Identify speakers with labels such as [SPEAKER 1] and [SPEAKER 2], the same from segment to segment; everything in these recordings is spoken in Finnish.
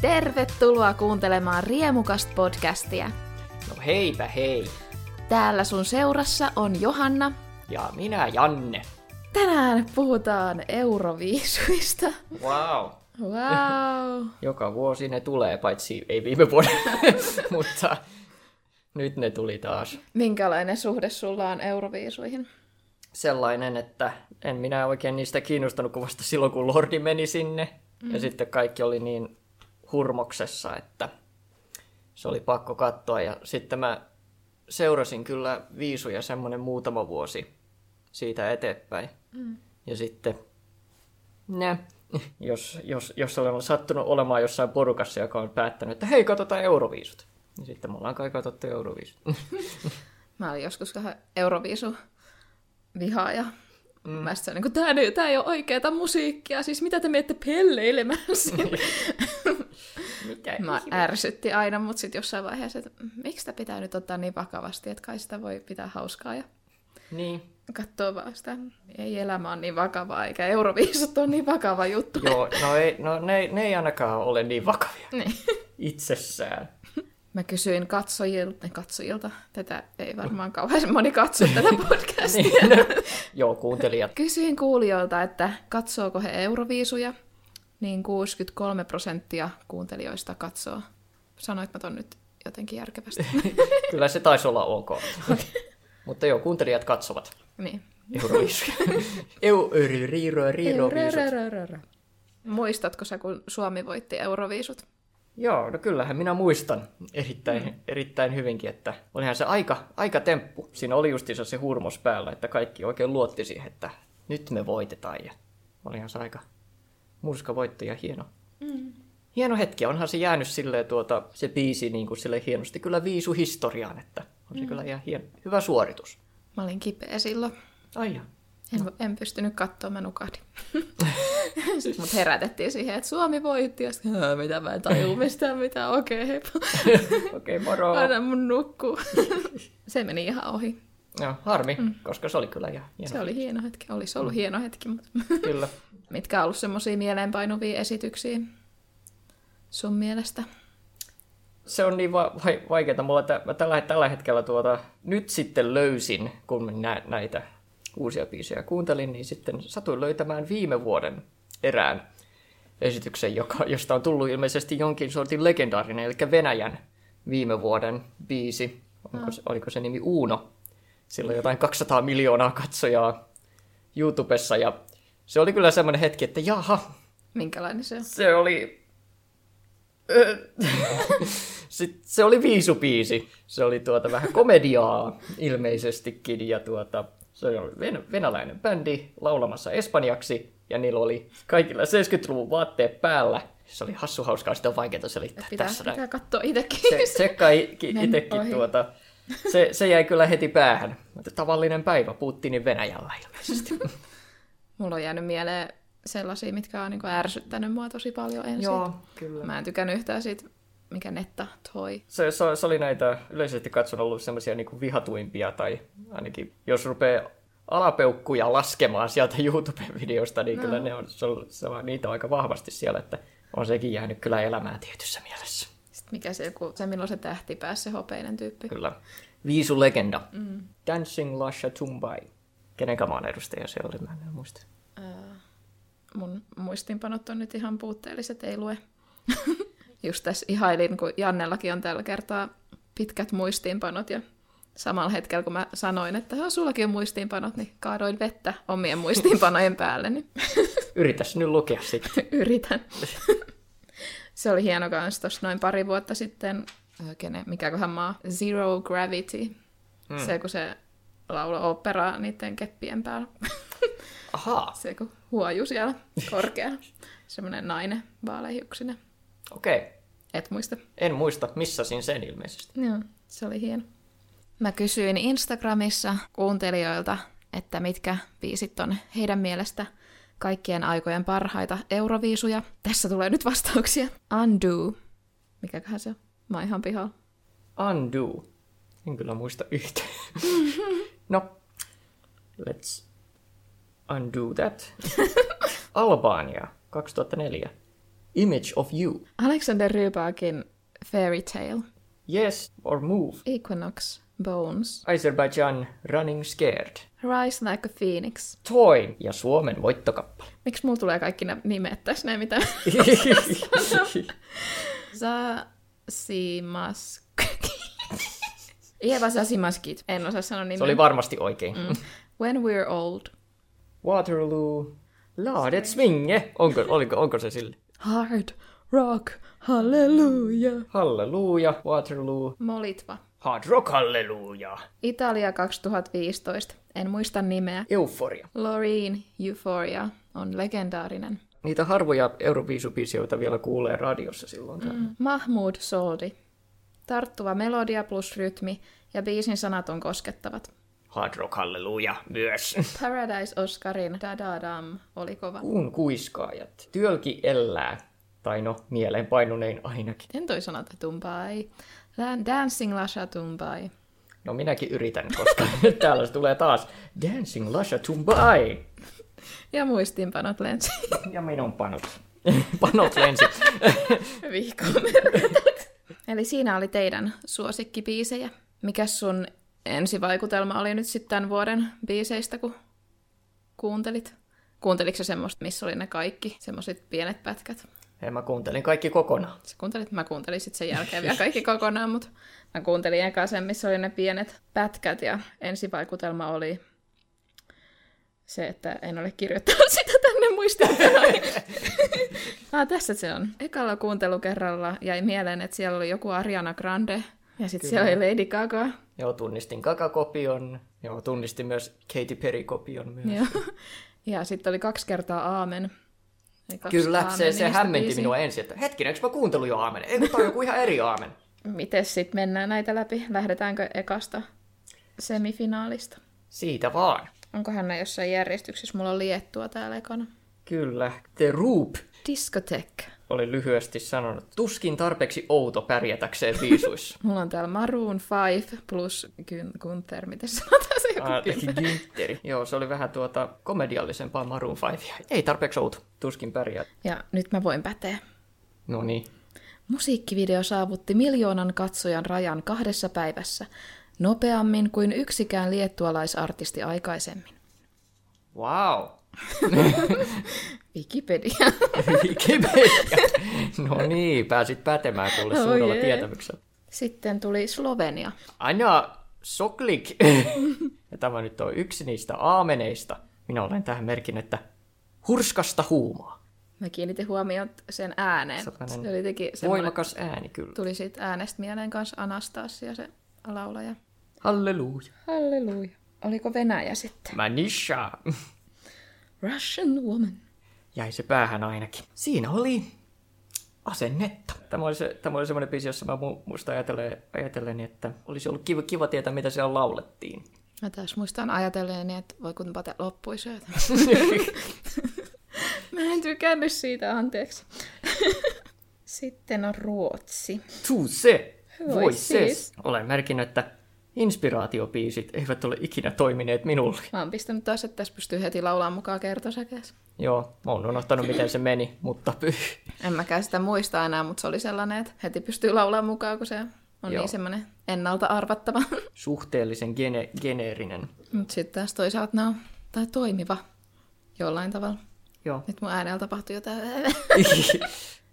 [SPEAKER 1] Tervetuloa kuuntelemaan Riemukast podcastia.
[SPEAKER 2] No heipä hei.
[SPEAKER 1] Täällä sun seurassa on Johanna.
[SPEAKER 2] Ja minä Janne.
[SPEAKER 1] Tänään puhutaan euroviisuista.
[SPEAKER 2] Wow.
[SPEAKER 1] Wow.
[SPEAKER 2] Joka vuosi ne tulee, paitsi ei viime vuonna, mutta nyt ne tuli taas.
[SPEAKER 1] Minkälainen suhde sulla on euroviisuihin?
[SPEAKER 2] Sellainen, että en minä oikein niistä kiinnostanut kuin vasta silloin, kun Lordi meni sinne. Mm. Ja sitten kaikki oli niin hurmoksessa, että se oli pakko katsoa. Ja sitten mä seurasin kyllä viisuja semmoinen muutama vuosi siitä eteenpäin. Mm. Ja sitten ne, jos, jos, jos olen sattunut olemaan jossain porukassa, joka on päättänyt, että hei, katsotaan euroviisut. Niin sitten me ollaan kai katsottu euroviisut.
[SPEAKER 1] Mä olin joskus vähän euroviisu vihaaja. Mm. Mä sitten niin tää, nyt, tää ei ole oikeeta musiikkia, siis mitä te menette pelleilemään sinne?
[SPEAKER 2] Mitä
[SPEAKER 1] Mä
[SPEAKER 2] ihmettä?
[SPEAKER 1] ärsytti aina, mutta sitten jossain vaiheessa, että miksi sitä pitää nyt ottaa niin vakavasti, että kai sitä voi pitää hauskaa ja
[SPEAKER 2] Niin,
[SPEAKER 1] katsoa vaan sitä. Ei elämä ole niin vakavaa, eikä euroviisut ole niin vakava juttu.
[SPEAKER 2] joo, no, ei, no ne, ne ei ainakaan ole niin vakavia
[SPEAKER 1] Niin.
[SPEAKER 2] itsessään.
[SPEAKER 1] Mä kysyin katsojilta, katsojilta, tätä ei varmaan kauhean moni katso tätä podcastia.
[SPEAKER 2] Niin, no, joo, kuuntelijat.
[SPEAKER 1] Kysyin kuulijoilta, että katsooko he euroviisuja, niin 63 prosenttia kuuntelijoista katsoo. Sanoit mä ton nyt jotenkin järkevästi.
[SPEAKER 2] Kyllä se taisi olla ok. Mutta joo, kuuntelijat katsovat
[SPEAKER 1] niin.
[SPEAKER 2] euroviisuja. Niin, Euroviisut.
[SPEAKER 1] Muistatko sä, kun Suomi voitti euroviisut?
[SPEAKER 2] Joo, no kyllähän minä muistan erittäin, mm. erittäin hyvinkin, että olihan se aika, aika temppu. Siinä oli justiinsa se hurmos päällä, että kaikki oikein luotti siihen, että nyt me voitetaan. Ja olihan se aika murska voitto ja hieno. Mm. Hieno hetki, onhan se jäänyt silleen tuota, se biisi niin kuin sille hienosti kyllä viisu historiaan, että on se mm. kyllä ihan hieno, hyvä suoritus.
[SPEAKER 1] Mä olin kipeä silloin.
[SPEAKER 2] Ai ja.
[SPEAKER 1] En, no. en pystynyt katsoa, mä nukahdin. Sitten mut herätettiin siihen, että Suomi voitti, ja sitten, "Hää, mitä mä en tajuu mistään mitään, okei, okay, heippa,
[SPEAKER 2] Okei, okay, moro.
[SPEAKER 1] anna mun nukkuu. se meni ihan ohi.
[SPEAKER 2] No, harmi, mm. koska se oli kyllä ihan hieno.
[SPEAKER 1] Se oli hieno hetki, olisi ollut hieno hetki, mutta
[SPEAKER 2] Kyllä.
[SPEAKER 1] mitkä on ollut semmoisia mieleenpainuvia esityksiä sun mielestä?
[SPEAKER 2] se on niin va- vai- vaikeaa. Mulla tä- mä tällä, tällä hetkellä tuota, nyt sitten löysin, kun mä nä- näitä uusia biisejä kuuntelin, niin sitten satuin löytämään viime vuoden erään esityksen, joka, josta on tullut ilmeisesti jonkin sortin legendaarinen, eli Venäjän viime vuoden biisi. Onko se, oliko se nimi Uuno? Sillä on jotain 200 miljoonaa katsojaa YouTubessa, ja se oli kyllä semmoinen hetki, että jaha,
[SPEAKER 1] Minkälainen se on?
[SPEAKER 2] se oli... Ö, Sitten se oli viisupiisi. Se oli tuota vähän komediaa ilmeisestikin. Ja tuota, se oli ven- venäläinen bändi laulamassa espanjaksi. Ja niillä oli kaikilla 70-luvun vaatteet päällä. Se oli hassu hauskaa, sitä on vaikeaa selittää
[SPEAKER 1] Pitää,
[SPEAKER 2] tässä. näin.
[SPEAKER 1] pitää katsoa itsekin.
[SPEAKER 2] Se, tsekkaa i- ki-
[SPEAKER 1] Mennyt ohi.
[SPEAKER 2] itsekin tuota. Se, se jäi kyllä heti päähän. Mutta Tavallinen päivä Putinin Venäjällä ilmeisesti.
[SPEAKER 1] Mulla on jäänyt mieleen sellaisia, mitkä on niinku ärsyttänyt mua tosi paljon ensin.
[SPEAKER 2] kyllä.
[SPEAKER 1] Mä en tykännyt yhtään siitä, mikä netta toi.
[SPEAKER 2] se, se, se oli näitä yleisesti katson ollut semmoisia niin vihatuimpia, tai ainakin jos rupeaa alapeukkuja laskemaan sieltä YouTube-videosta, niin no. kyllä ne on, se on, se on, niitä on aika vahvasti siellä, että on sekin jäänyt kyllä elämään tietyssä mielessä.
[SPEAKER 1] Sitten mikä se joku, se milloin se tähti pääsi, se hopeinen tyyppi.
[SPEAKER 2] Kyllä. Viisu legenda. Mm. Dancing Lasha Tumbai. Kenen kamaan edustaja se oli, mä en enää muista.
[SPEAKER 1] Mun muistinpanot on nyt ihan puutteelliset, ei lue. Just tässä ihailin, kun Jannellakin on tällä kertaa pitkät muistiinpanot ja samalla hetkellä, kun mä sanoin, että "Ha, sullakin on muistiinpanot, niin kaadoin vettä omien muistiinpanojen päälle, niin
[SPEAKER 2] Yritäs nyt lukea sitten.
[SPEAKER 1] yritän. se oli hieno kans tuossa noin pari vuotta sitten, ö, kene, mikäköhän maa, Zero Gravity. Mm. Se, kun se lauloi operaa niiden keppien päällä.
[SPEAKER 2] Ahaa,
[SPEAKER 1] se, kun huoju siellä korkealla. Semmoinen nainen, vaaleihiuksinen.
[SPEAKER 2] okei. Okay.
[SPEAKER 1] Et muista.
[SPEAKER 2] En muista, missasin sen ilmeisesti.
[SPEAKER 1] Joo, se oli hieno. Mä kysyin Instagramissa kuuntelijoilta, että mitkä biisit on heidän mielestä kaikkien aikojen parhaita euroviisuja. Tässä tulee nyt vastauksia. Undo. Mikäköhän se on? Mä oon ihan pihalla.
[SPEAKER 2] Undo. En kyllä muista yhtään. no, let's undo that. Albania, 2004. Image of You.
[SPEAKER 1] Alexander Rybaakin Fairy Tale,
[SPEAKER 2] Yes or Move.
[SPEAKER 1] Equinox, Bones,
[SPEAKER 2] Azerbaijan Running Scared.
[SPEAKER 1] Rise Like a Phoenix.
[SPEAKER 2] Toy ja Suomen voittokappale.
[SPEAKER 1] Miksi mulla tulee kaikki nämä nimet tässä näin, mitä... Zasimask. Ieva Zasimaskit. En osaa sanoa nimeä.
[SPEAKER 2] Se oli varmasti oikein.
[SPEAKER 1] When We're Old.
[SPEAKER 2] Waterloo. Laadet swinge. Onko, oliko, onko se sille?
[SPEAKER 1] Hard Rock Hallelujah.
[SPEAKER 2] Halleluja, Waterloo.
[SPEAKER 1] Molitva.
[SPEAKER 2] Hard rock, halleluja.
[SPEAKER 1] Italia 2015. En muista nimeä.
[SPEAKER 2] Euforia.
[SPEAKER 1] Loreen Euphoria on legendaarinen.
[SPEAKER 2] Niitä harvoja Euroviisubiisiä, joita vielä kuulee radiossa silloin. Mm.
[SPEAKER 1] Mahmoud Soldi. Tarttuva melodia plus rytmi ja biisin sanat on koskettavat.
[SPEAKER 2] Hard rock, halleluja myös.
[SPEAKER 1] Paradise Oscarin Dadadam oli kova.
[SPEAKER 2] Kuun kuiskaajat. Työlki elää. Tai no, mieleenpainunein ainakin.
[SPEAKER 1] En toi sanota tumpai. Dan- Dancing Lasha tumpai.
[SPEAKER 2] No minäkin yritän, koska täällä se tulee taas Dancing Lasha Tumbai.
[SPEAKER 1] Ja muistiinpanot lensi
[SPEAKER 2] Ja minun panot. panot lensi.
[SPEAKER 1] viikon. Eli siinä oli teidän suosikkibiisejä. Mikäs sun ensivaikutelma oli nyt sitten tämän vuoden biiseistä, kun kuuntelit? Kuunteliko sä semmoista, missä oli ne kaikki, semmoiset pienet pätkät?
[SPEAKER 2] Hei, mä kuuntelin kaikki kokonaan.
[SPEAKER 1] Sä kuuntelit, mä kuuntelin sitten sen jälkeen vielä kaikki kokonaan, mutta mä kuuntelin eka sen, missä oli ne pienet pätkät ja ensivaikutelma oli se, että en ole kirjoittanut sitä tänne muistiinpanoihin. ah, tässä se on. Ekalla kuuntelukerralla jäi mieleen, että siellä oli joku Ariana Grande ja sitten siellä oli Lady Gaga.
[SPEAKER 2] Joo, tunnistin kakakopion. Joo, tunnistin myös Katy Perry-kopion myös.
[SPEAKER 1] Ja, ja sitten oli kaksi kertaa Aamen. Eli kaksi
[SPEAKER 2] Kyllä, se, se
[SPEAKER 1] Aamen-nimistä
[SPEAKER 2] hämmenti
[SPEAKER 1] biisiä.
[SPEAKER 2] minua ensin, että hetkinen, eikö mä kuuntellut jo aamen? Eikö tää on joku ihan eri aamen?
[SPEAKER 1] Miten sitten mennään näitä läpi? Lähdetäänkö ekasta semifinaalista?
[SPEAKER 2] Siitä vaan.
[SPEAKER 1] Onkohan ne jossain järjestyksessä? Mulla on liettua täällä ekana.
[SPEAKER 2] Kyllä, The Roop
[SPEAKER 1] Discotek.
[SPEAKER 2] oli lyhyesti sanonut. Tuskin tarpeeksi outo pärjätäkseen viisuissa.
[SPEAKER 1] Mulla on täällä Maroon 5 plus Gün- Gunther. Miten se sanotaan se joku
[SPEAKER 2] Ah,
[SPEAKER 1] Günther?
[SPEAKER 2] Güntteri. Joo, se oli vähän tuota komediallisempaa Maroon 5. Ei tarpeeksi outo. Tuskin pärjää.
[SPEAKER 1] Ja nyt mä voin päteä.
[SPEAKER 2] No niin.
[SPEAKER 1] Musiikkivideo saavutti miljoonan katsojan rajan kahdessa päivässä. Nopeammin kuin yksikään liettualaisartisti aikaisemmin.
[SPEAKER 2] Wow.
[SPEAKER 1] Wikipedia.
[SPEAKER 2] Wikipedia. No niin, pääsit pätemään kuule
[SPEAKER 1] Oh
[SPEAKER 2] suurella
[SPEAKER 1] jee.
[SPEAKER 2] tietämyksellä.
[SPEAKER 1] Sitten tuli Slovenia.
[SPEAKER 2] Anja Soklik. Ja tämä nyt on yksi niistä aameneista. Minä olen tähän merkin, että hurskasta huumaa.
[SPEAKER 1] Mä kiinnitin huomioon sen ääneen.
[SPEAKER 2] Sellainen
[SPEAKER 1] Se oli teki semmoinen...
[SPEAKER 2] Voimakas ääni kyllä.
[SPEAKER 1] Tuli siitä äänestä mieleen kanssa Anastasia se laulaja.
[SPEAKER 2] Halleluja.
[SPEAKER 1] Halleluja. Oliko Venäjä sitten?
[SPEAKER 2] Manisha.
[SPEAKER 1] Russian woman.
[SPEAKER 2] Jäi se päähän ainakin. Siinä oli asennetta. Tämä oli, se, tämä oli semmoinen biisi, jossa mä mu- muistan ajatellen, ajatellen, että olisi ollut kiva, kiva tietää, mitä siellä laulettiin.
[SPEAKER 1] Mä taas muistan ajatelleeni, että voi kun pate loppui se. Mä en tykännyt siitä, anteeksi. Sitten on Ruotsi.
[SPEAKER 2] Tu se,
[SPEAKER 1] Voi
[SPEAKER 2] voi
[SPEAKER 1] siis.
[SPEAKER 2] siis. Olen merkinnyt, että inspiraatiopiisit eivät ole ikinä toimineet minulle.
[SPEAKER 1] Mä oon pistänyt taas, että tässä pystyy heti laulamaan mukaan kertosäkeessä.
[SPEAKER 2] Joo, mä oon unohtanut, miten se meni, mutta pyh.
[SPEAKER 1] En mäkään sitä muista enää, mutta se oli sellainen, että heti pystyy laulamaan mukaan, kun se on Joo.
[SPEAKER 2] Joo.
[SPEAKER 1] niin semmoinen ennalta arvattava.
[SPEAKER 2] Suhteellisen gene- geneerinen.
[SPEAKER 1] Mutta sitten taas toisaalta nämä on, tai toimiva jollain tavalla.
[SPEAKER 2] Joo.
[SPEAKER 1] Nyt mun äänellä tapahtui jotain.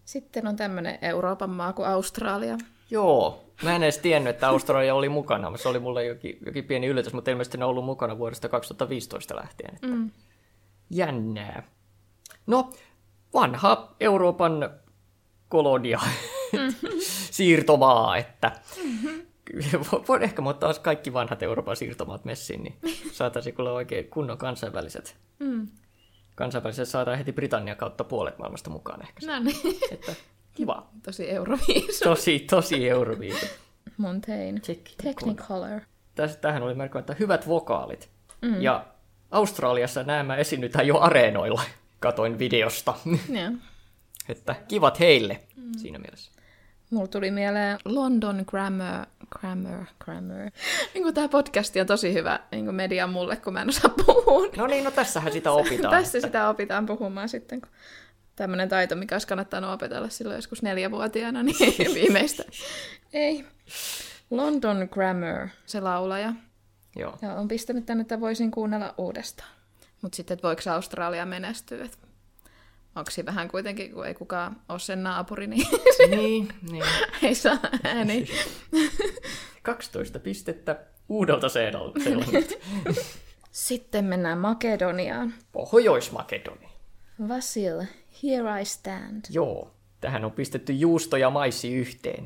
[SPEAKER 1] Sitten on tämmönen Euroopan maa kuin Australia.
[SPEAKER 2] Joo. Mä en edes tiennyt, että Australia oli mukana. Se oli mulle jokin, jokin pieni yllätys, mutta ilmeisesti ne on ollut mukana vuodesta 2015 lähtien. Että... Mm. Jännää. No, vanha Euroopan kolonia, Mm. siirtomaa, että Mm-hmm. Vo- voin ehkä mutta taas kaikki vanhat Euroopan siirtomaat messiin, niin saataisiin kyllä oikein kunnon kansainväliset. Mm. Kansainväliset saadaan heti Britannian kautta puolet maailmasta mukaan ehkä.
[SPEAKER 1] No niin,
[SPEAKER 2] Että kiva.
[SPEAKER 1] tosi euroviisu.
[SPEAKER 2] Tosi, tosi euroviisi.
[SPEAKER 1] Montaigne.
[SPEAKER 2] Technicolor.
[SPEAKER 1] Technicolor.
[SPEAKER 2] Täs- Tähän oli merkki, että hyvät vokaalit. Mm. Ja Australiassa nämä esiinnytään jo areenoilla. Katoin videosta.
[SPEAKER 1] Joo.
[SPEAKER 2] että kivat heille mm. siinä mielessä.
[SPEAKER 1] Mulla tuli mieleen London Grammar, Grammar, Grammar. Niin kuin tää podcasti on tosi hyvä niin kuin media mulle, kun mä en osaa puhua.
[SPEAKER 2] No niin, no tässähän sitä opitaan.
[SPEAKER 1] Tässä sitä opitaan puhumaan sitten, kun tämmöinen taito, mikä olisi kannattanut opetella silloin joskus neljävuotiaana, niin viimeistä. Ei. London Grammar, se laulaja.
[SPEAKER 2] Joo.
[SPEAKER 1] Ja on pistänyt tänne, että voisin kuunnella uudestaan. Mutta sitten, että voiko Australia menestyä? et Onko siinä vähän kuitenkin, kun ei kukaan ole sen naapuri, niin
[SPEAKER 2] niin, niin.
[SPEAKER 1] ei saa ääni.
[SPEAKER 2] 12 pistettä uudelta seelannilta.
[SPEAKER 1] Sitten mennään Makedoniaan.
[SPEAKER 2] Pohjois-Makedonia.
[SPEAKER 1] Vasil, here I stand.
[SPEAKER 2] Joo. Tähän on pistetty juusto ja maissi yhteen.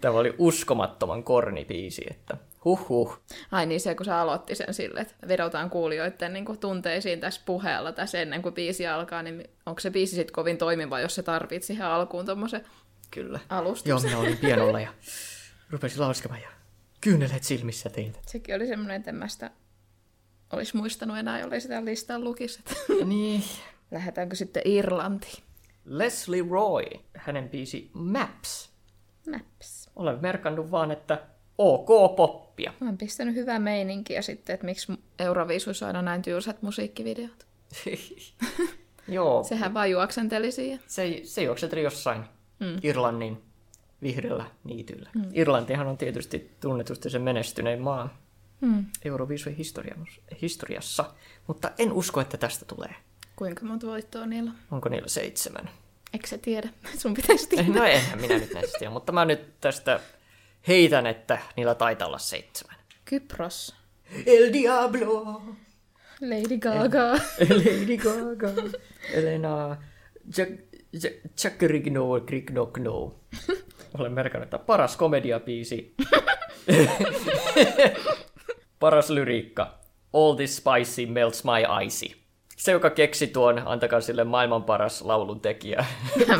[SPEAKER 2] Tämä oli uskomattoman kornipiisi, että huhhuh.
[SPEAKER 1] Ai niin, se kun sä aloitti sen sille, että vedotaan kuulijoiden niin kuin, tunteisiin tässä puheella tässä ennen kuin biisi alkaa, niin onko se biisi sitten kovin toimiva, jos se tarvit siihen alkuun tuommoisen
[SPEAKER 2] Kyllä. Joo,
[SPEAKER 1] alustuksen?
[SPEAKER 2] minä olin pianolla ja rupesin lauskemaan ja kyyneleet silmissä tein.
[SPEAKER 1] Sekin oli semmoinen, että en mä sitä olisi muistanut enää, jollei sitä listan lukisi. että
[SPEAKER 2] Niin.
[SPEAKER 1] Lähdetäänkö sitten Irlantiin?
[SPEAKER 2] Leslie Roy, hänen biisi Maps.
[SPEAKER 1] Maps.
[SPEAKER 2] Olen merkannut vaan, että ok poppia.
[SPEAKER 1] Mä oon pistänyt hyvää meininkiä sitten, että miksi Euroviisuissa on aina näin tylsät musiikkivideot.
[SPEAKER 2] Joo, se,
[SPEAKER 1] Sehän vaan juoksenteli siihen.
[SPEAKER 2] se, se juokseteli jossain mm. Irlannin vihreällä niityllä. Mm. Irlantihan on tietysti tunnetusti se menestynein maa Mm.
[SPEAKER 1] Hmm.
[SPEAKER 2] Euroviisujen historian- historiassa, mutta en usko, että tästä tulee.
[SPEAKER 1] Kuinka monta voittoa niillä on?
[SPEAKER 2] Onko niillä seitsemän?
[SPEAKER 1] Eikö se tiedä? Sun pitäisi
[SPEAKER 2] Ei,
[SPEAKER 1] tietää.
[SPEAKER 2] No enhän minä nyt näistä tiedä, mutta mä nyt tästä heitän, että niillä taitaa olla seitsemän.
[SPEAKER 1] Kypros.
[SPEAKER 2] El Diablo,
[SPEAKER 1] Lady Gaga.
[SPEAKER 2] Lady Gaga, Elena, Jack, Jack, Jack Rigno, Rigno, Gno. Olen merkannut, että paras komediabiisi, paras lyriikka, All this spicy melts my icy. Se, joka keksi tuon, antakaa sille maailman paras laulun tekijä.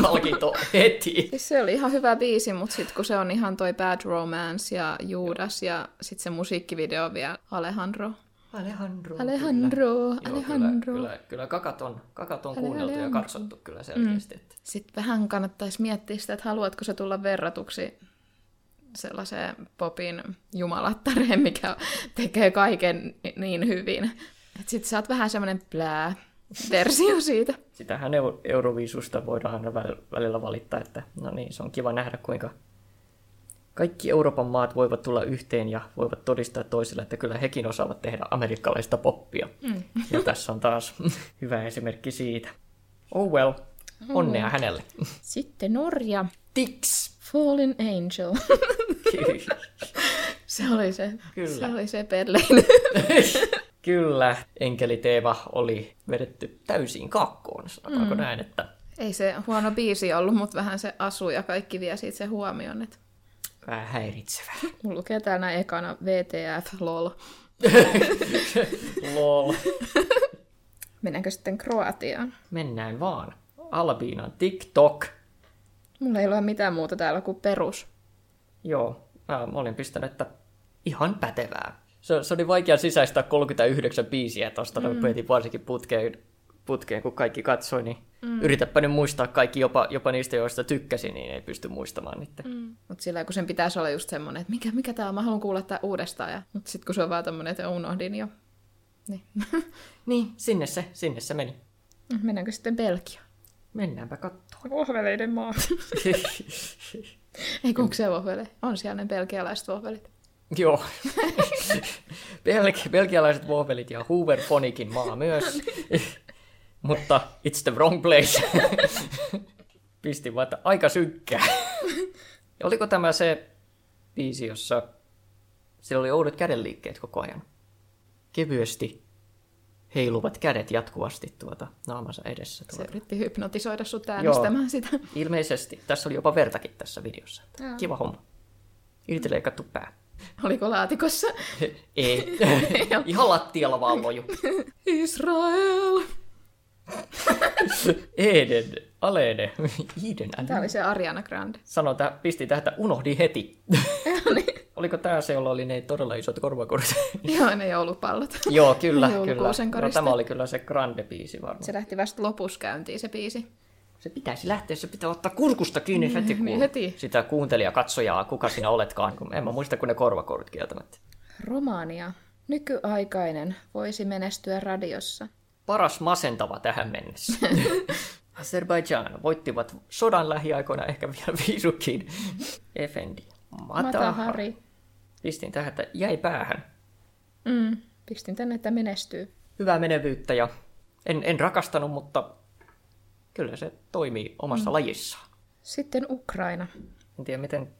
[SPEAKER 2] Palkinto heti.
[SPEAKER 1] Siis se oli ihan hyvä biisi, mutta sitten kun se on ihan toi Bad Romance ja Judas ja sitten se musiikkivideo on vielä Alejandro.
[SPEAKER 2] Alejandro.
[SPEAKER 1] Alejandro,
[SPEAKER 2] Joo,
[SPEAKER 1] Alejandro.
[SPEAKER 2] Kyllä, kyllä, kyllä kakat on, kakat on kuunneltu ja katsottu kyllä selkeästi. Mm.
[SPEAKER 1] Sitten vähän kannattaisi miettiä sitä, että haluatko sä tulla verratuksi sellaiseen popin jumalattareen, mikä tekee kaiken ni- niin hyvin. Että sit sä oot vähän semmoinen plää versio siitä.
[SPEAKER 2] Sitähän eu- Euroviisusta voidaan aina väl- välillä valittaa, että no niin, se on kiva nähdä kuinka kaikki Euroopan maat voivat tulla yhteen ja voivat todistaa toisille, että kyllä hekin osaavat tehdä amerikkalaista poppia. Mm. Ja tässä on taas hyvä esimerkki siitä. Oh well, onnea hänelle.
[SPEAKER 1] Sitten Norja,
[SPEAKER 2] Tiks!
[SPEAKER 1] Fallen Angel. se oli se,
[SPEAKER 2] Kyllä.
[SPEAKER 1] se, oli se perleily.
[SPEAKER 2] Kyllä, enkeliteema oli vedetty täysin kakkoon, sanotaanko mm. näin, että
[SPEAKER 1] Ei se huono biisi ollut, mutta vähän se asu ja kaikki vie siitä se huomioon. Että
[SPEAKER 2] vähän häiritsevä.
[SPEAKER 1] mulla lukee täällä näin ekana VTF, lol.
[SPEAKER 2] Lol.
[SPEAKER 1] Mennäänkö sitten Kroatiaan?
[SPEAKER 2] Mennään vaan. Albiinan TikTok.
[SPEAKER 1] Mulla ei ole mitään muuta täällä kuin perus.
[SPEAKER 2] Joo, mä mä olin pistänyt, että ihan pätevää. Se, se oli vaikea sisäistää 39 biisiä tosta, mm. peitin varsinkin putkeen, putkeen, kun kaikki katsoi, niin mm. yritäpä nyt muistaa kaikki, jopa, jopa niistä, joista tykkäsin, niin ei pysty muistamaan niitä. Mm.
[SPEAKER 1] Mutta sillä kun sen pitäisi olla just semmoinen, että mikä, mikä tämä on, mä haluan kuulla tämä uudestaan. Ja... Mutta sitten kun se on vaan tommonen, että unohdin jo. Niin.
[SPEAKER 2] Niin, sinne se, sinne se meni.
[SPEAKER 1] Mennäänkö sitten Belgiaan?
[SPEAKER 2] Mennäänpä katsomaan.
[SPEAKER 1] Vohveleiden maa. Ei kun onko se vohvele. On siellä ne belgialaiset vohvelit.
[SPEAKER 2] Joo. Belg- belgialaiset vohvelit ja Hoover Phonikin maa myös. Mutta it's the wrong place. Pistin vaan, että aika synkkää. Ja Oliko tämä se biisi, jossa sillä oli oudot kädenliikkeet koko ajan? Kevyesti heiluvat kädet jatkuvasti tuota naamansa edessä.
[SPEAKER 1] Se
[SPEAKER 2] Tuota.
[SPEAKER 1] yritti hypnotisoida sut äänestämään sitä.
[SPEAKER 2] Ilmeisesti. Tässä oli jopa vertakin tässä videossa.
[SPEAKER 1] Joo.
[SPEAKER 2] Kiva homma. Irti leikattu pää.
[SPEAKER 1] Oliko laatikossa?
[SPEAKER 2] Ei. Ihan lattialla vaan loju.
[SPEAKER 1] Israel!
[SPEAKER 2] Eden, alene, Eden,
[SPEAKER 1] Tämä
[SPEAKER 2] älä.
[SPEAKER 1] oli se Ariana Grande.
[SPEAKER 2] Sano, tää, pisti tähän, että unohdin heti.
[SPEAKER 1] niin.
[SPEAKER 2] Oliko tää se, jolla oli ne todella isot korvakorset?
[SPEAKER 1] Joo, ne joulupallot.
[SPEAKER 2] Joo, kyllä, kyllä.
[SPEAKER 1] Joulukuusen
[SPEAKER 2] No,
[SPEAKER 1] koriste.
[SPEAKER 2] tämä oli kyllä se grande biisi varmaan. Se,
[SPEAKER 1] Se lähti vasta lopussa käyntiin se biisi.
[SPEAKER 2] se pitäisi lähteä, se pitää ottaa kurkusta kiinni heti, kun
[SPEAKER 1] niin heti.
[SPEAKER 2] sitä kuuntelija katsojaa, kuka sinä oletkaan. kun En mä muista, kun ne korvakorut kieltämättä.
[SPEAKER 1] Romania. Nykyaikainen voisi menestyä radiossa.
[SPEAKER 2] paras masentava tähän mennessä. Azerbaijan voittivat sodan lähiaikoina ehkä vielä viisukin. Efendi. Matahari.
[SPEAKER 1] Matahari.
[SPEAKER 2] Pistin tähän, että jäi päähän.
[SPEAKER 1] Mm. Pistin tänne, että menestyy.
[SPEAKER 2] Hyvää menevyyttä ja en, en rakastanut, mutta kyllä se toimii omassa mm. lajissaan.
[SPEAKER 1] Sitten Ukraina.
[SPEAKER 2] En tiedä, miten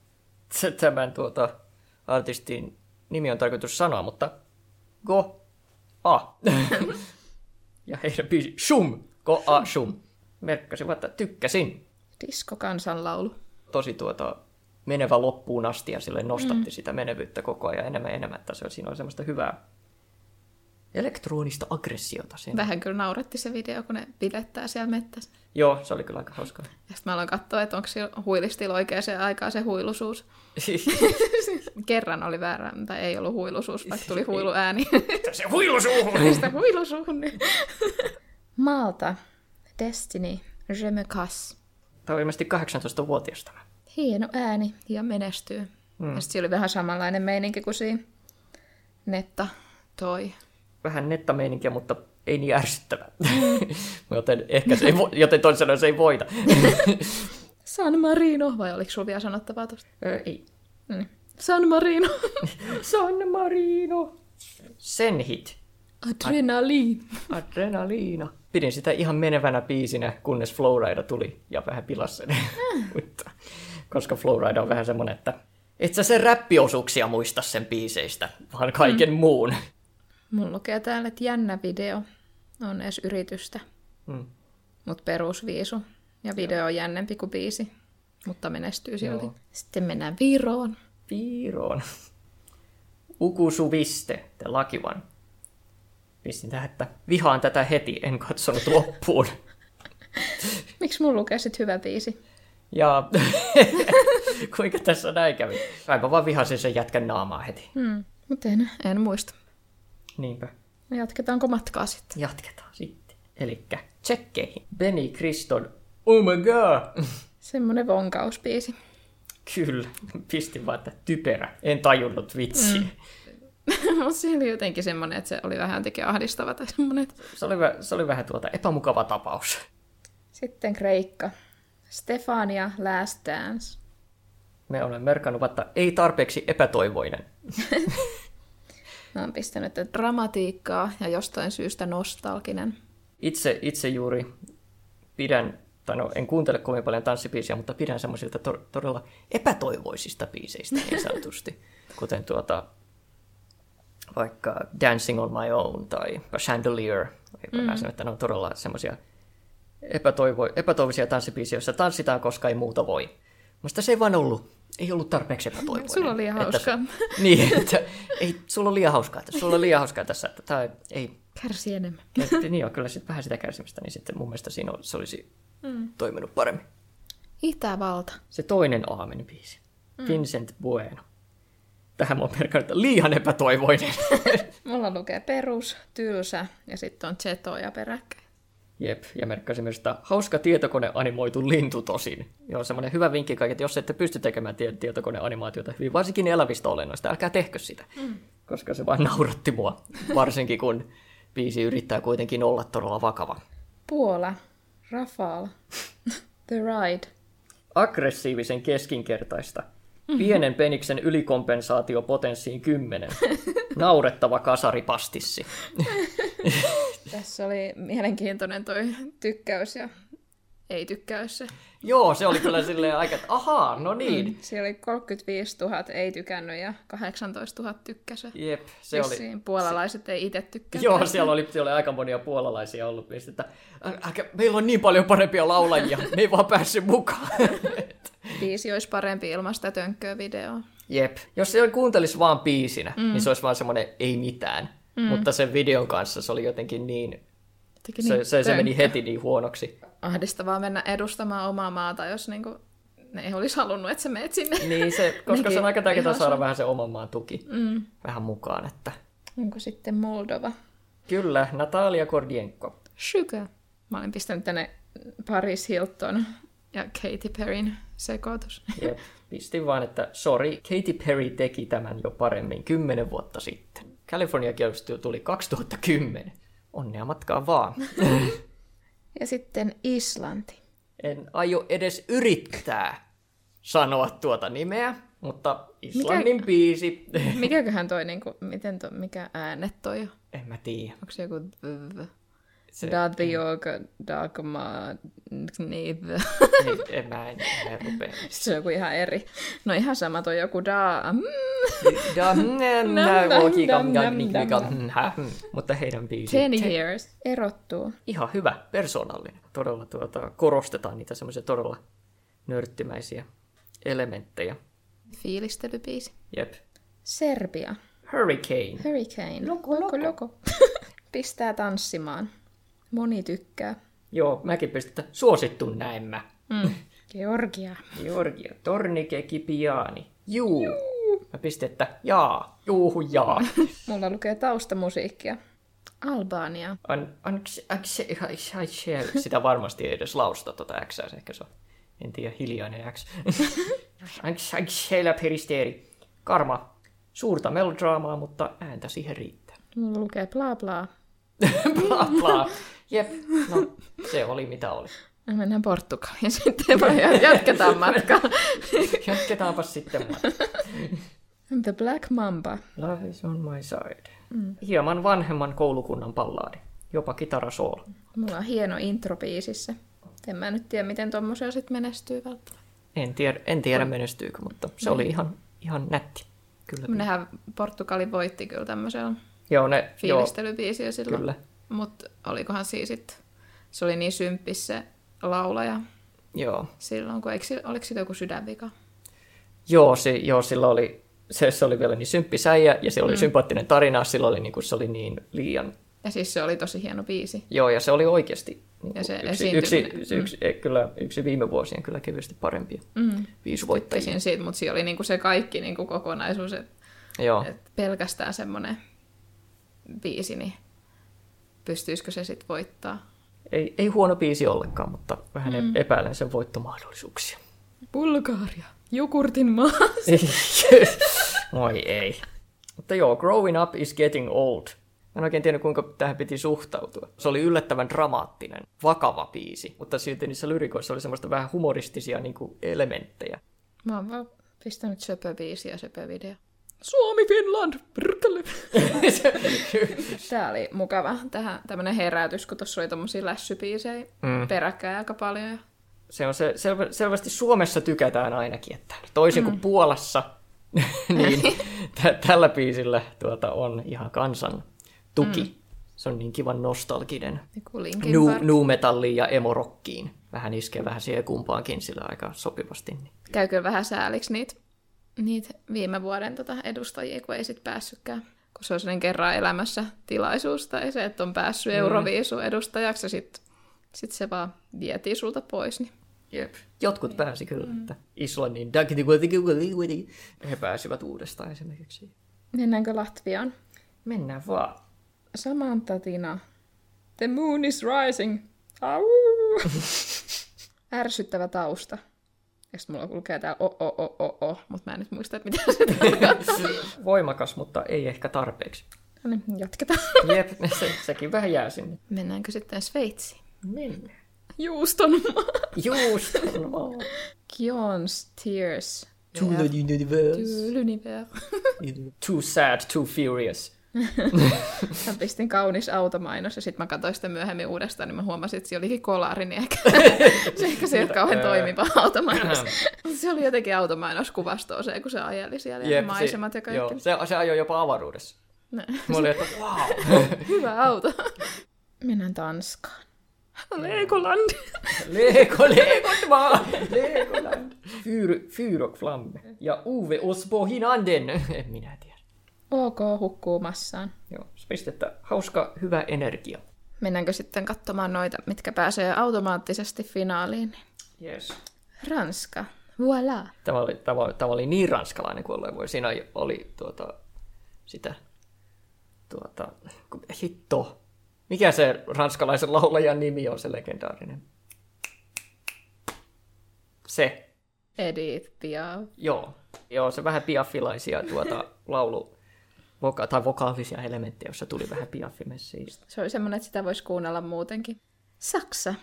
[SPEAKER 2] se- tämän tuota, artistin nimi on tarkoitus sanoa, mutta Go A. ja heidän biisi Shum. Go A Shum. Merkkasivat, että tykkäsin.
[SPEAKER 1] Disko kansanlaulu.
[SPEAKER 2] Tosi tuota, menevä loppuun asti ja sille nostatti mm. sitä menevyyttä koko ajan enemmän ja enemmän. Että se, siinä on semmoista hyvää elektronista aggressiota siinä.
[SPEAKER 1] Vähän kyllä nauratti se video, kun ne pilettää siellä mettässä.
[SPEAKER 2] Joo, se oli kyllä aika hauskaa.
[SPEAKER 1] Ja sitten mä aloin katsoa, että onko sillä huilistilla oikeaan aikaan se huilusuus. Kerran oli väärä, mutta ei ollut huilusuus, vaikka tuli huiluääni.
[SPEAKER 2] se huilu suuhun!
[SPEAKER 1] Mistä huilusuun nyt? Malta. Destiny. Je me casse.
[SPEAKER 2] Tämä on ilmeisesti 18-vuotias tämä.
[SPEAKER 1] Hieno ääni ja menestyy. Mm. Ja sitten oli vähän samanlainen meininki kuin siinä Netta toi.
[SPEAKER 2] vähän nettameininkiä, mutta ei niin ärsyttävää. Mm. joten ehkä se ei vo- joten toisin sanoen se ei voita.
[SPEAKER 1] San Marino, vai oliko sulla vielä sanottavaa tosta?
[SPEAKER 2] Ö, ei.
[SPEAKER 1] Mm. San Marino.
[SPEAKER 2] San Marino. Sen hit.
[SPEAKER 1] Adrenaliin.
[SPEAKER 2] Adrenaliina. Pidin sitä ihan menevänä biisinä, kunnes Flowrider tuli ja vähän pilasi sen. Mutta, koska Flowrider on vähän semmonen, että et sä sen räppiosuuksia muista sen biiseistä, vaan kaiken mm. muun.
[SPEAKER 1] Mun lukee täällä, että jännä video. On edes yritystä.
[SPEAKER 2] Mm.
[SPEAKER 1] Mut perusviisu. Ja video on jännempi kuin biisi. Mutta menestyy silti.
[SPEAKER 2] Joo.
[SPEAKER 1] Sitten mennään Viroon.
[SPEAKER 2] Viiroon. Ukusuviste, the lucky one. Pistin tähän, että vihaan tätä heti, en katsonut loppuun.
[SPEAKER 1] Miksi mun lukee sit hyvä biisi?
[SPEAKER 2] Ja kuinka tässä näin kävi? Kaipa vaan vihasin sen jätkän naamaa heti.
[SPEAKER 1] Hmm. Mut en, en muista.
[SPEAKER 2] Niinpä.
[SPEAKER 1] Jatketaanko matkaa sitten?
[SPEAKER 2] Jatketaan sitten. Elikkä tsekkeihin. Benny Kriston, oh my god!
[SPEAKER 1] Semmonen vonkausbiisi.
[SPEAKER 2] Kyllä, pistin vaan, että typerä. En tajunnut vitsiä. Mm.
[SPEAKER 1] Mut se oli jotenkin semmonen, että se oli vähän jotenkin ahdistava tai semmonen. että-
[SPEAKER 2] Se, oli, vä- se oli vähän tuota epämukava tapaus.
[SPEAKER 1] Sitten Kreikka. Stefania Last Dance.
[SPEAKER 2] Me olen merkannut, että ei tarpeeksi epätoivoinen.
[SPEAKER 1] Mä oon pistänyt että dramatiikkaa ja jostain syystä nostalginen.
[SPEAKER 2] itse, itse juuri pidän, tai no en kuuntele kovin paljon tanssibiisiä, mutta pidän semmoisilta to- todella epätoivoisista biiseistä niin sanotusti, kuten tuota, vaikka Dancing on my own tai Chandelier. Mm. Mä sanon, että ne on todella semmoisia epätoivo- epätoivoisia tanssibiisiä, joissa tanssitaan, koska ei muuta voi. Mutta se ei vaan ollut, ei ollut tarpeeksi epätoivoinen.
[SPEAKER 1] Sulla oli ihan
[SPEAKER 2] Että se-
[SPEAKER 1] hauskaa.
[SPEAKER 2] Niin, että ei, sulla on liian hauskaa tässä, sulla on liian hauskaa tässä, että tämä ei,
[SPEAKER 1] Kärsi enemmän.
[SPEAKER 2] ja, niin joo, kyllä sitten vähän sitä kärsimistä, niin sitten mun mielestä siinä ol- se olisi mm. toiminut paremmin.
[SPEAKER 1] Itävalta.
[SPEAKER 2] Se toinen aamen biisi, mm. Vincent Bueno. Tähän mä oon merkannut, että liian epätoivoinen.
[SPEAKER 1] Mulla lukee perus, tylsä ja sitten on chetoja peräkkäin.
[SPEAKER 2] Jep, ja merkkasin myös, että hauska tietokoneanimoitu lintu tosin. Joo, semmoinen hyvä vinkki kaikki, että jos ette pysty tekemään tie- tietokoneanimaatiota hyvin, varsinkin elävistä olennoista, älkää tehkö sitä. Mm. Koska se vaan nauratti mua, varsinkin kun biisi yrittää kuitenkin olla todella vakava.
[SPEAKER 1] Puola, Rafal, The Ride.
[SPEAKER 2] aggressiivisen keskinkertaista. Pienen peniksen ylikompensaatio potenssiin 10. Naurettava kasaripastissi.
[SPEAKER 1] Tässä oli mielenkiintoinen toi tykkäys ja ei tykkäys se.
[SPEAKER 2] Joo, se oli kyllä silleen aika, että ahaa, no niin.
[SPEAKER 1] Siellä oli 35 000 ei tykännyt ja 18 000 tykkäsi.
[SPEAKER 2] Jep, se oli.
[SPEAKER 1] Vissiin Puolalaiset ei itse tykkää.
[SPEAKER 2] Joo, siellä oli, siellä oli aika monia puolalaisia ollut. Ja sitten, että, "Äl- älkää, meillä on niin paljon parempia laulajia, ne ei vaan päässyt mukaan.
[SPEAKER 1] Biisi olisi parempi ilman sitä tönkköä videoa.
[SPEAKER 2] Jep. Jos se kuuntelisi vaan biisinä, mm. niin se olisi vaan semmoinen ei mitään. Mm. Mutta sen videon kanssa se oli jotenkin niin,
[SPEAKER 1] Jotenkin
[SPEAKER 2] se,
[SPEAKER 1] niin
[SPEAKER 2] se, se
[SPEAKER 1] tön-
[SPEAKER 2] meni heti niin huonoksi.
[SPEAKER 1] Ahdistavaa mennä edustamaan omaa maata, jos niinku, ne ei olisi halunnut, että sä meet sinne.
[SPEAKER 2] Niin, se, koska
[SPEAKER 1] Nekin
[SPEAKER 2] se on aika tärkeää
[SPEAKER 1] ihan
[SPEAKER 2] saada vähän Niin, se oman maan tuki mm. vähän mukaan. Että.
[SPEAKER 1] Onko sitten Moldova?
[SPEAKER 2] Kyllä, Natalia Kordienko.
[SPEAKER 1] Sugar. Mä olin pistänyt tänne Paris Hilton ja Katy Perryn sekoitus.
[SPEAKER 2] Ja pistin vaan, että sorry, Katy Perry teki tämän jo paremmin kymmenen vuotta sitten. California Girls tuli 2010. Onnea matkaa vaan.
[SPEAKER 1] Ja sitten Islanti.
[SPEAKER 2] En aio edes yrittää sanoa tuota nimeä, mutta Islannin Mikä? biisi,
[SPEAKER 1] Mikäköhän toi, niinku, miten to, mikä ääne toi on?
[SPEAKER 2] en mä tiedä.
[SPEAKER 1] Onko se joku... dv?
[SPEAKER 2] Se- mm.
[SPEAKER 1] Dadioka, dagma, niv.
[SPEAKER 2] Niin, en mä en, en rupea.
[SPEAKER 1] Se on joku ihan eri. No ihan sama toi joku da... Mm.
[SPEAKER 2] Da-
[SPEAKER 1] nam-
[SPEAKER 2] n- nä- oki-
[SPEAKER 1] nam-
[SPEAKER 2] kam-
[SPEAKER 1] nam-
[SPEAKER 2] kam- nik-
[SPEAKER 1] nam-
[SPEAKER 2] nik- kam- hä- hm. Mutta heidän biisi,
[SPEAKER 1] Ten years. Erottuu.
[SPEAKER 2] ihan hyvä, persoonallinen. Todella tuota, korostetaan niitä semmoisia todella nörttimäisiä elementtejä.
[SPEAKER 1] Fiilistelybiisi.
[SPEAKER 2] Jep.
[SPEAKER 1] Serbia.
[SPEAKER 2] Hurricane.
[SPEAKER 1] Hurricane. Loko, loko. loko. Pistää tanssimaan. Moni tykkää.
[SPEAKER 2] Joo, mäkin pistän suosittu näemmä.
[SPEAKER 1] Mm. Georgia.
[SPEAKER 2] Georgia Tornike Kipiani. Juu. Mä pistin, että jaa. Juuhu jaa.
[SPEAKER 1] Mulla lukee taustamusiikkia. Albania.
[SPEAKER 2] An, an, x, x, x, sitä varmasti ei edes lausta tuota X, ehkä se on, en tiedä, hiljainen X. X, X, peristeeri. Karma. Suurta melodraamaa, mutta ääntä siihen riittää.
[SPEAKER 1] Mulla lukee bla bla.
[SPEAKER 2] Bla, bla. Jep, no se oli mitä oli.
[SPEAKER 1] No, Mennään Portugaliin sitten vai jatketaan matkaa.
[SPEAKER 2] Jatketaanpa sitten matka.
[SPEAKER 1] The Black Mamba.
[SPEAKER 2] Life is on my side. Mm. Hieman vanhemman koulukunnan pallaadi. Jopa kitarasoolo.
[SPEAKER 1] Mulla on hieno intro biisissä. En mä nyt tiedä, miten tommosia sit menestyy välttämättä.
[SPEAKER 2] En tiedä, en tiedä menestyykö, mutta se oli ihan, ihan nätti. Mm. Kyllä.
[SPEAKER 1] Nehän Portugali voitti kyllä tämmöisellä
[SPEAKER 2] Joo, ne, joo,
[SPEAKER 1] fiilistelybiisiä silloin.
[SPEAKER 2] kyllä.
[SPEAKER 1] Mutta olikohan siis sit, se oli niin symppis se laulaja
[SPEAKER 2] Joo.
[SPEAKER 1] silloin, kun eikö, sillä- oliko siitä joku sydänvika?
[SPEAKER 2] Joo, se, joo, sillä oli, se, se oli vielä niin symppisäijä ja se oli mm. sympaattinen tarina, sillä oli niin kuin, se oli niin liian,
[SPEAKER 1] Ja siis se oli tosi hieno biisi.
[SPEAKER 2] joo ja se oli oikeasti niin
[SPEAKER 1] Ja se
[SPEAKER 2] yksi, yksi,
[SPEAKER 1] esiintyminen.
[SPEAKER 2] yksi, yksi, eh, kyllä, yksi viime vuosien kyllä kevyesti parempia
[SPEAKER 1] Mm.
[SPEAKER 2] viisuvoittajia.
[SPEAKER 1] Tykkäsin siitä, mutta siinä oli niinku se kaikki niinku kokonaisuus, että
[SPEAKER 2] Joo,
[SPEAKER 1] et pelkästään semmoinen biisi, niin pystyisikö se sitten voittaa?
[SPEAKER 2] ei, ei huono biisi ollenkaan, mutta vähän
[SPEAKER 1] Mm-hmm.
[SPEAKER 2] mm. epäilen sen voittomahdollisuuksia.
[SPEAKER 1] Bulgaaria, jukurtin maa.
[SPEAKER 2] Moi ei. Mutta joo, Growing Up is Getting Old. Mä en oikein tiedä, kuinka tähän piti suhtautua. Se oli yllättävän dramaattinen, vakava biisi, mutta silti niissä lyrikoissa oli semmoista vähän humoristisia niin kuin elementtejä.
[SPEAKER 1] Mä oon vaan pistänyt söpöbiisi ja söpövideo. Suomi, Finland, prrkkeli. Tää oli mukava. Tähän tämmönen herätys, kun tossa oli tommosia lässybiisejä mm. peräkkäin aika paljon. Ja...
[SPEAKER 2] Se on se, selvä, selvästi Suomessa tykätään ainakin, että toisin kuin Puolassa, niin tä- tällä biisillä tuota on ihan kansan tuki. Mm. Se on niin kivan nostalginen.
[SPEAKER 1] Joku niinku Linkin
[SPEAKER 2] nu,
[SPEAKER 1] Park.
[SPEAKER 2] nu metalliin ja emorokkiin. Vähän iskee vähän siihen kumpaankin sillä aika sopivasti. niin.
[SPEAKER 1] Käy kyllä vähän sääliksi niitä niit viime vuoden tota edustajia, kun ei sit päässytkään. Kun se on sellainen kerran elämässä tilaisuus tai se, että on päässyt Euroviisu edustajaksi ja sit, sit se vaan vietiin sulta pois. Niin.
[SPEAKER 2] Jep. Jotkut pääsi kyllä, mm. että Islannin he pääsivät uudestaan esimerkiksi.
[SPEAKER 1] Mennäänkö Latviaan?
[SPEAKER 2] Mennään vaan.
[SPEAKER 1] Samantatina. The moon is rising. Au! Ärsyttävä tausta. Ja sitten mulla kulkee tää o o o o o, mutta mä en nyt muista, että mitä se tarkoittaa.
[SPEAKER 2] Voimakas, mutta ei ehkä tarpeeksi.
[SPEAKER 1] No niin, jatketaan.
[SPEAKER 2] Jep, se, sekin vähän jää sinne.
[SPEAKER 1] Mennäänkö sitten Sveitsiin?
[SPEAKER 2] Mennään.
[SPEAKER 1] Juuston maa.
[SPEAKER 2] Just on vaan.
[SPEAKER 1] Kion's Tears.
[SPEAKER 2] To the universe.
[SPEAKER 1] L'univers.
[SPEAKER 2] Too sad, too furious.
[SPEAKER 1] Mä pistin kaunis automainos ja sitten mä katsoin sitä myöhemmin uudestaan, niin mä huomasin, että se olikin kolari, niin ehkä se, ehkä se ei ole kauhean toimiva automainos. se oli jotenkin automainoskuvastoa se, kun se ajeli siellä ja
[SPEAKER 2] Jep,
[SPEAKER 1] ne maisemat ja
[SPEAKER 2] se, joo,
[SPEAKER 1] kaikki.
[SPEAKER 2] se, se ajoi jopa avaruudessa.
[SPEAKER 1] No,
[SPEAKER 2] Mä olin, että wow.
[SPEAKER 1] hyvä auto. Mennään Tanskaan. Legoland.
[SPEAKER 2] Lego, Legot vaan! Legoland! Fyr, fyr och flamme. Ja Uwe Osbo Hinanden! En minä tiedä.
[SPEAKER 1] OK hukkuu massaan.
[SPEAKER 2] Joo, se pistettä. Hauska, hyvä energia.
[SPEAKER 1] Mennäänkö sitten katsomaan noita, mitkä pääsee automaattisesti finaaliin? Niin
[SPEAKER 2] Yes.
[SPEAKER 1] Ranska. Voilà.
[SPEAKER 2] Tämä oli, tämä, oli- tämä oli niin ranskalainen kuin olleen voi. Siinä oli tuota, sitä, tuota, kun- hitto. Mikä se ranskalaisen laulajan nimi on, se legendaarinen? Se.
[SPEAKER 1] Edith Piaf.
[SPEAKER 2] Joo, joo se vähän piaffilaisia tuota, laulu, voka- tai vokaalisia elementtejä, jossa tuli vähän piaffimessiä.
[SPEAKER 1] Se oli semmoinen, että sitä voisi kuunnella muutenkin. Saksa.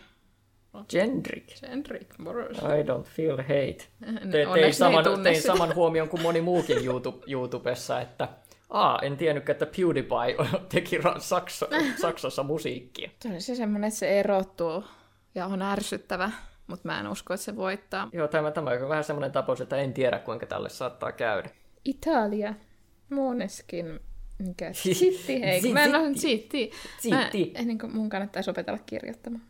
[SPEAKER 2] Gendrik.
[SPEAKER 1] Henrik Boros.
[SPEAKER 2] I don't feel hate.
[SPEAKER 1] No,
[SPEAKER 2] Te,
[SPEAKER 1] onneksi ne ei
[SPEAKER 2] tein, saman,
[SPEAKER 1] tunne
[SPEAKER 2] tein
[SPEAKER 1] sitä.
[SPEAKER 2] saman huomion kuin moni muukin YouTube, YouTubessa, että aa, en tiennytkään, että PewDiePie teki ra- Saksa, Saksassa musiikkia.
[SPEAKER 1] Se oli se semmoinen, että se erottuu ja on ärsyttävä, mutta mä en usko, että se voittaa.
[SPEAKER 2] Joo, tämä, tämä on vähän semmoinen tapaus, että en tiedä, kuinka tälle saattaa käydä.
[SPEAKER 1] Italia. Moneskin. Mikä? Zitti, hei. Mä en ole zitti. Mä,
[SPEAKER 2] Zitti.
[SPEAKER 1] eh, niin kuin mun kannattaisi opetella kirjoittamaan.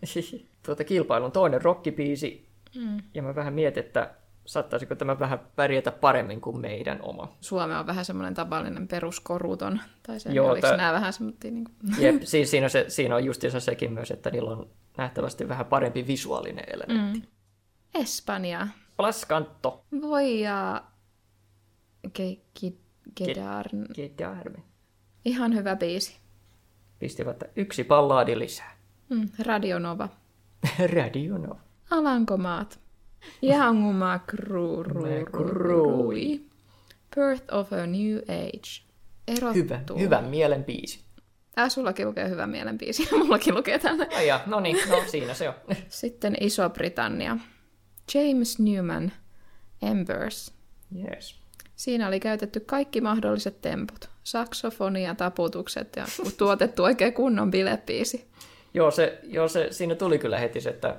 [SPEAKER 2] tuota kilpailun toinen rockibiisi. Mm. Ja mä vähän mietin, että saattaisiko tämä vähän pärjätä paremmin kuin meidän oma.
[SPEAKER 1] Suome on vähän semmoinen tavallinen peruskoruton. Tai se, Joo,
[SPEAKER 2] Joo,
[SPEAKER 1] oliko
[SPEAKER 2] tää-
[SPEAKER 1] nämä vähän semmoinen niin kuin...
[SPEAKER 2] Jep, si- siinä, se, siinä on justiinsa sekin myös, että niillä on nähtävästi vähän parempi visuaalinen elementti. Mm.
[SPEAKER 1] Espanja.
[SPEAKER 2] Plaskanto.
[SPEAKER 1] Voi ja... Ke, ki, Gedarn.
[SPEAKER 2] Kiitti Armi.
[SPEAKER 1] Ihan hyvä biisi.
[SPEAKER 2] Pistivät yksi pallaadi lisää.
[SPEAKER 1] Mm, Radionova.
[SPEAKER 2] Radio no.
[SPEAKER 1] Alankomaat. Janguma Krurui. Birth of a New Age. Erottu.
[SPEAKER 2] Hyvä, hyvä mielen biisi.
[SPEAKER 1] Äh, sullakin lukee hyvä mielen biisi. Mullakin lukee tällä.
[SPEAKER 2] Ai ja, no niin, no siinä se on.
[SPEAKER 1] Sitten Iso-Britannia. James Newman. Embers.
[SPEAKER 2] Yes.
[SPEAKER 1] Siinä oli käytetty kaikki mahdolliset temput. Saksofonia, taputukset ja tuotettu oikein kunnon bilepiisi.
[SPEAKER 2] Joo, se, joo se, siinä tuli kyllä heti se, että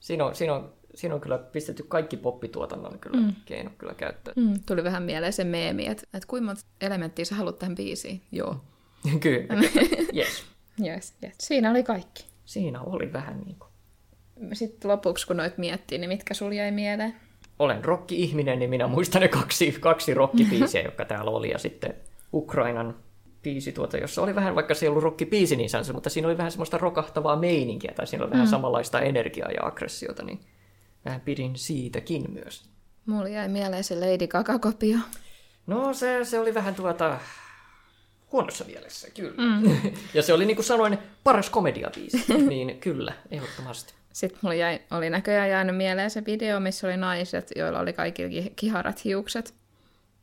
[SPEAKER 2] siinä on, siinä on, siinä on kyllä pistetty kaikki poppituotannon kyllä mm. keinot kyllä käyttöön.
[SPEAKER 1] Mm, tuli vähän mieleen se meemi, että, että kuinka monta elementtiä sä haluat tähän biisiin. Joo.
[SPEAKER 2] Kyllä. Yes.
[SPEAKER 1] Yes, yes. Siinä oli kaikki.
[SPEAKER 2] Siinä oli vähän niin kuin.
[SPEAKER 1] Sitten lopuksi, kun noit miettii, niin mitkä sul jäi mieleen?
[SPEAKER 2] Olen rokki-ihminen, niin minä muistan ne kaksi, kaksi rokkibiisiä, jotka täällä oli. Ja sitten Ukrainan biisi, tuota, jossa oli vähän, vaikka se ei ollut rokkibiisi niin sanotusti, mutta siinä oli vähän semmoista rokahtavaa meininkiä, tai siinä oli vähän mm. samanlaista energiaa ja aggressiota, niin vähän pidin siitäkin myös.
[SPEAKER 1] Mulla jäi mieleen se Lady Gaga-kopio.
[SPEAKER 2] No se, se oli vähän tuota huonossa mielessä, kyllä. Mm. ja se oli niin kuin sanoin, paras komediabiisi, niin kyllä, ehdottomasti.
[SPEAKER 1] Sitten mulla jäi, oli näköjään jäänyt mieleen se video, missä oli naiset, joilla oli kaikki ki- kiharat hiukset.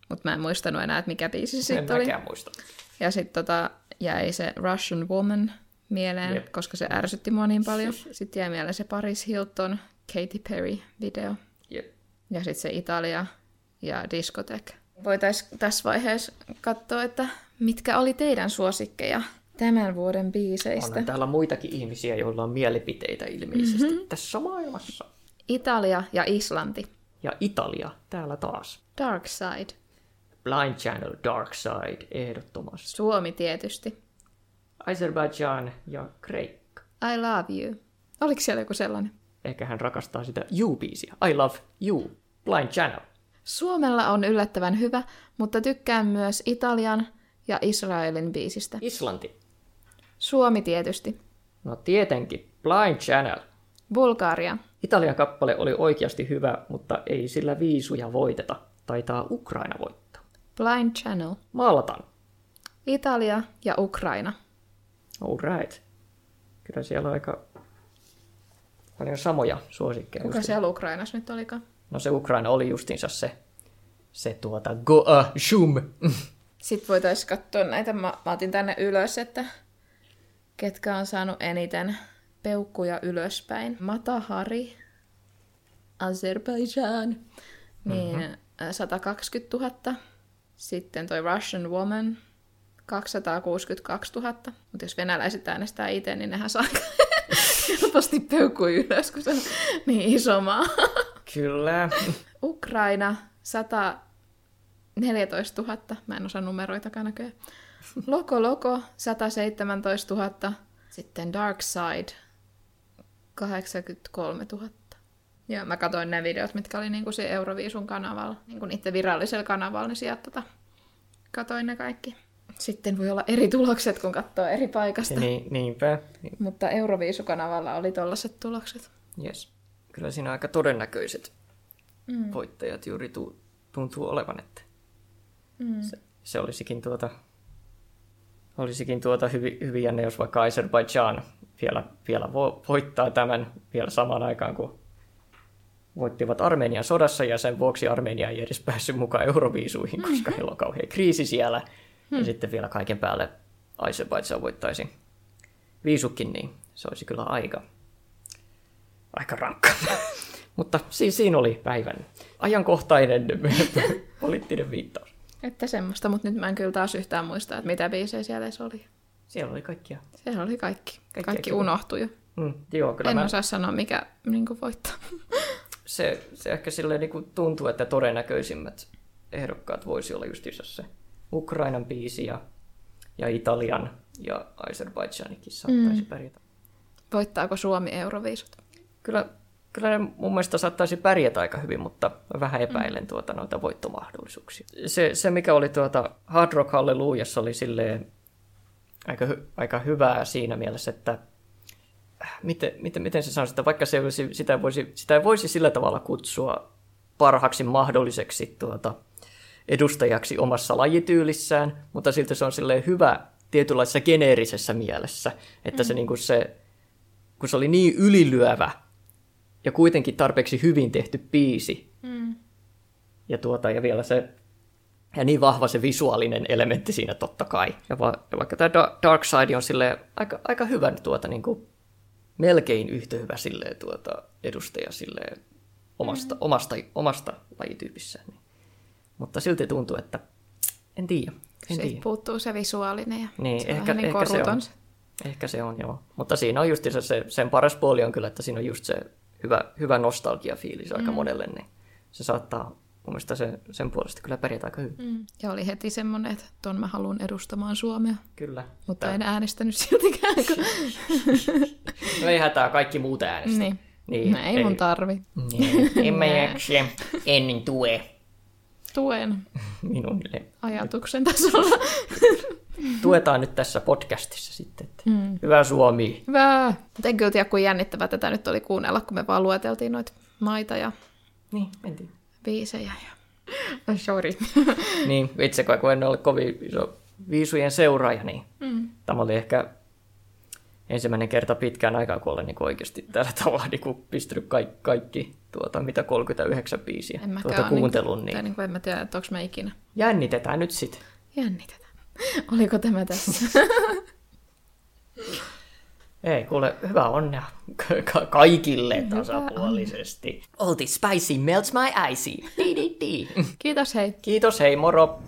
[SPEAKER 1] Mutta mä en muistanut enää, että mikä biisi se
[SPEAKER 2] En
[SPEAKER 1] sitten oli.
[SPEAKER 2] mäkään muista.
[SPEAKER 1] Ja sitten tota, jäi se Russian Woman mieleen,
[SPEAKER 2] Jep.
[SPEAKER 1] koska se ärsytti mua niin paljon. Sitten jäi mieleen se Paris Hilton, Katy Perry-video.
[SPEAKER 2] Jep.
[SPEAKER 1] Ja sitten se Italia ja diskotek. Voitaisiin tässä vaiheessa katsoa, että mitkä oli teidän suosikkeja tämän vuoden biiseistä.
[SPEAKER 2] On täällä muitakin ihmisiä, joilla on mielipiteitä ilmeisesti mm-hmm. tässä maailmassa.
[SPEAKER 1] Italia ja Islanti.
[SPEAKER 2] Ja Italia täällä taas.
[SPEAKER 1] Dark Side.
[SPEAKER 2] Blind Channel, Dark Side, ehdottomasti.
[SPEAKER 1] Suomi tietysti.
[SPEAKER 2] Azerbaijan ja Kreikka.
[SPEAKER 1] I Love You. Oliko siellä joku sellainen?
[SPEAKER 2] Ehkä hän rakastaa sitä You-biisiä. I love you. Blind Channel.
[SPEAKER 1] Suomella on yllättävän hyvä, mutta tykkään myös Italian ja Israelin biisistä.
[SPEAKER 2] Islanti.
[SPEAKER 1] Suomi tietysti.
[SPEAKER 2] No tietenkin, Blind Channel.
[SPEAKER 1] Bulgaria.
[SPEAKER 2] Italian kappale oli oikeasti hyvä, mutta ei sillä viisuja voiteta. Taitaa Ukraina voittaa.
[SPEAKER 1] Blind Channel.
[SPEAKER 2] Maltan.
[SPEAKER 1] Italia ja Ukraina.
[SPEAKER 2] All right. Kyllä siellä on aika paljon samoja suosikkeja.
[SPEAKER 1] Kuka siellä Ukrainassa nyt olikaan?
[SPEAKER 2] No se Ukraina oli justiinsa se, se tuota Goa Shum.
[SPEAKER 1] Sitten voitaisiin katsoa näitä. Mä, mä otin tänne ylös, että ketkä on saanut eniten peukkuja ylöspäin. Matahari, Azerbaijan, niin mm-hmm. 120 000. Sitten toi Russian Woman, 262 000. Mutta jos venäläiset äänestää itse, niin nehän saa helposti peukkuja ylös, kun se on niin iso maa.
[SPEAKER 2] Kyllä.
[SPEAKER 1] Ukraina 114 000, mä en osaa numeroitakaan näköjään. Loko Loko 117 000, sitten Dark Side 83 000. Ja mä katsoin ne videot, mitkä oli niinku se Euroviisun kanavalla, niinku niiden virallisella kanavalla, niin sieltä tota, katoin ne kaikki. Sitten voi olla eri tulokset, kun katsoo eri paikasta.
[SPEAKER 2] Niin, niinpä. Niin,
[SPEAKER 1] Mutta Euroviisukanavalla oli tollaset tulokset.
[SPEAKER 2] Yes. Kyllä siinä aika todennäköiset mm. voittajat juuri tu- tuntuu olevan, että mm. se, se, olisikin tuota, olisikin tuota hyvi, hyvin jännä, jos vaikka Azerbaijan vielä, vielä vo- voittaa tämän vielä samaan aikaan, kun voittivat Armenian Mm-hmm. sodassa ja sen vuoksi Armenia ei edes päässyt mukaan Euroviisuihin, koska heillä on kauhean kriisi siellä. Hmm. Ja sitten vielä kaiken päälle Azerbaijan voittaisi viisukin, niin se olisi kyllä aika, aika rankka. Mutta siis siinä oli päivän ajankohtainen poliittinen viittaus.
[SPEAKER 1] Että semmoista, mutta nyt mä en kyllä taas yhtään muista, että mitä biisejä siellä edes oli.
[SPEAKER 2] Siellä oli kaikkia.
[SPEAKER 1] Siellä oli kaikki. Kaikki, kaikki
[SPEAKER 2] kivoja.
[SPEAKER 1] unohtui jo.
[SPEAKER 2] Mm, joo, kyllä
[SPEAKER 1] en
[SPEAKER 2] mä,
[SPEAKER 1] osaa sanoa, mikä niin voittaa.
[SPEAKER 2] se, se ehkä silleen niin kuin tuntuu, että todennäköisimmät ehdokkaat voisi olla justiinsa se Ukrainan biisi ja, ja Italian ja Azerbaijanikin saattaisi mm. pärjätä.
[SPEAKER 1] Voittaako Suomi Euroviisut?
[SPEAKER 2] Kyllä, kyllä ne mun mielestä saattaisi pärjätä aika hyvin, mutta mä vähän epäilen tuota noita voittomahdollisuuksia. Se, se mikä oli tuota Hard Rock Hallelujassa oli silleen aika, hy- aika hyvää siinä mielessä, että äh, miten, miten, miten se sanoisi, että vaikka se olisi, sitä, ei voisi, sitä ei voisi sillä tavalla kutsua parhaaksi mahdolliseksi tuota, edustajaksi omassa lajityylissään, mutta silti se on silleen hyvä tietynlaisessa geneerisessä mielessä, että mm. se, niin kuin se, kun se oli niin ylilyövä ja kuitenkin tarpeeksi hyvin tehty biisi,
[SPEAKER 1] Mm.
[SPEAKER 2] ja, tuota, ja vielä se ja niin vahva se visuaalinen elementti siinä totta kai. Ja, va, ja vaikka tämä Da- Dark Side on sille aika, aika hyvä tuota, niin kuin, melkein yhtä hyvä sille, tuota, edustaja sille omasta, mm. omasta, omasta lajityypissään. Niin. Mutta silti tuntuu, että en tiedä. En
[SPEAKER 1] Siitä
[SPEAKER 2] tiedä.
[SPEAKER 1] puuttuu se visuaalinen ja
[SPEAKER 2] Niin,
[SPEAKER 1] se on
[SPEAKER 2] ehkä-
[SPEAKER 1] vähän niin
[SPEAKER 2] ehkä se on.
[SPEAKER 1] koruton.
[SPEAKER 2] Ehkä se on, joo. Mutta siinä on just se, sen paras puoli on kyllä, että siinä on just se hyvä, hyvä nostalgiafiilis aika mm. monelle, niin se saattaa mun mielestä se, sen puolesta kyllä pärjätä aika hyvin. Mm.
[SPEAKER 1] Mm. Ja oli heti semmoinen, että ton mä haluan edustamaan Suomea.
[SPEAKER 2] Kyllä.
[SPEAKER 1] Mutta en äänestänyt siltikään.
[SPEAKER 2] Niin.
[SPEAKER 1] Kun...
[SPEAKER 2] No ei hätää, kaikki muut äänestä.
[SPEAKER 1] niin. No, ei, ei mun tarvi.
[SPEAKER 2] Niin, en mä jaksa. En tue
[SPEAKER 1] Tuen
[SPEAKER 2] minun.
[SPEAKER 1] ajatuksen tasolla.
[SPEAKER 2] Tuetaan nyt tässä podcastissa sitten. Että mm. Hyvä Suomi.
[SPEAKER 1] Hyvä. Mut en kyllä tiedä, kuin jännittävää tätä nyt oli kuunnella, kun me vaan lueteltiin noita maita ja
[SPEAKER 2] Niin, mentiin.
[SPEAKER 1] biisejä. Ja... Ai, Sorry.
[SPEAKER 2] Niin, itse kai kun en ole kovin iso viisujen seuraaja, niin mm. tämä oli ehkä ensimmäinen kerta pitkään aikaa, kun olen niin oikeasti tällä tavalla niin kuin pistänyt kaikki, kaikki tuota, mitä 39 biisiä
[SPEAKER 1] En mäkään
[SPEAKER 2] tuota
[SPEAKER 1] oo
[SPEAKER 2] kuuntelun,
[SPEAKER 1] niinku-
[SPEAKER 2] niin,
[SPEAKER 1] Tai niin kuin en mä tiedä, että onko mä ikinä
[SPEAKER 2] jännitetään nyt sitten.
[SPEAKER 1] jännitetään. Oliko tämä tässä?
[SPEAKER 2] Ei, kuule, hyvää onnea ka- kaikille tasapuolisesti. Olti spicy melts my icy. Di, di, di.
[SPEAKER 1] Kiitos hei.
[SPEAKER 2] Kiitos, hei moro.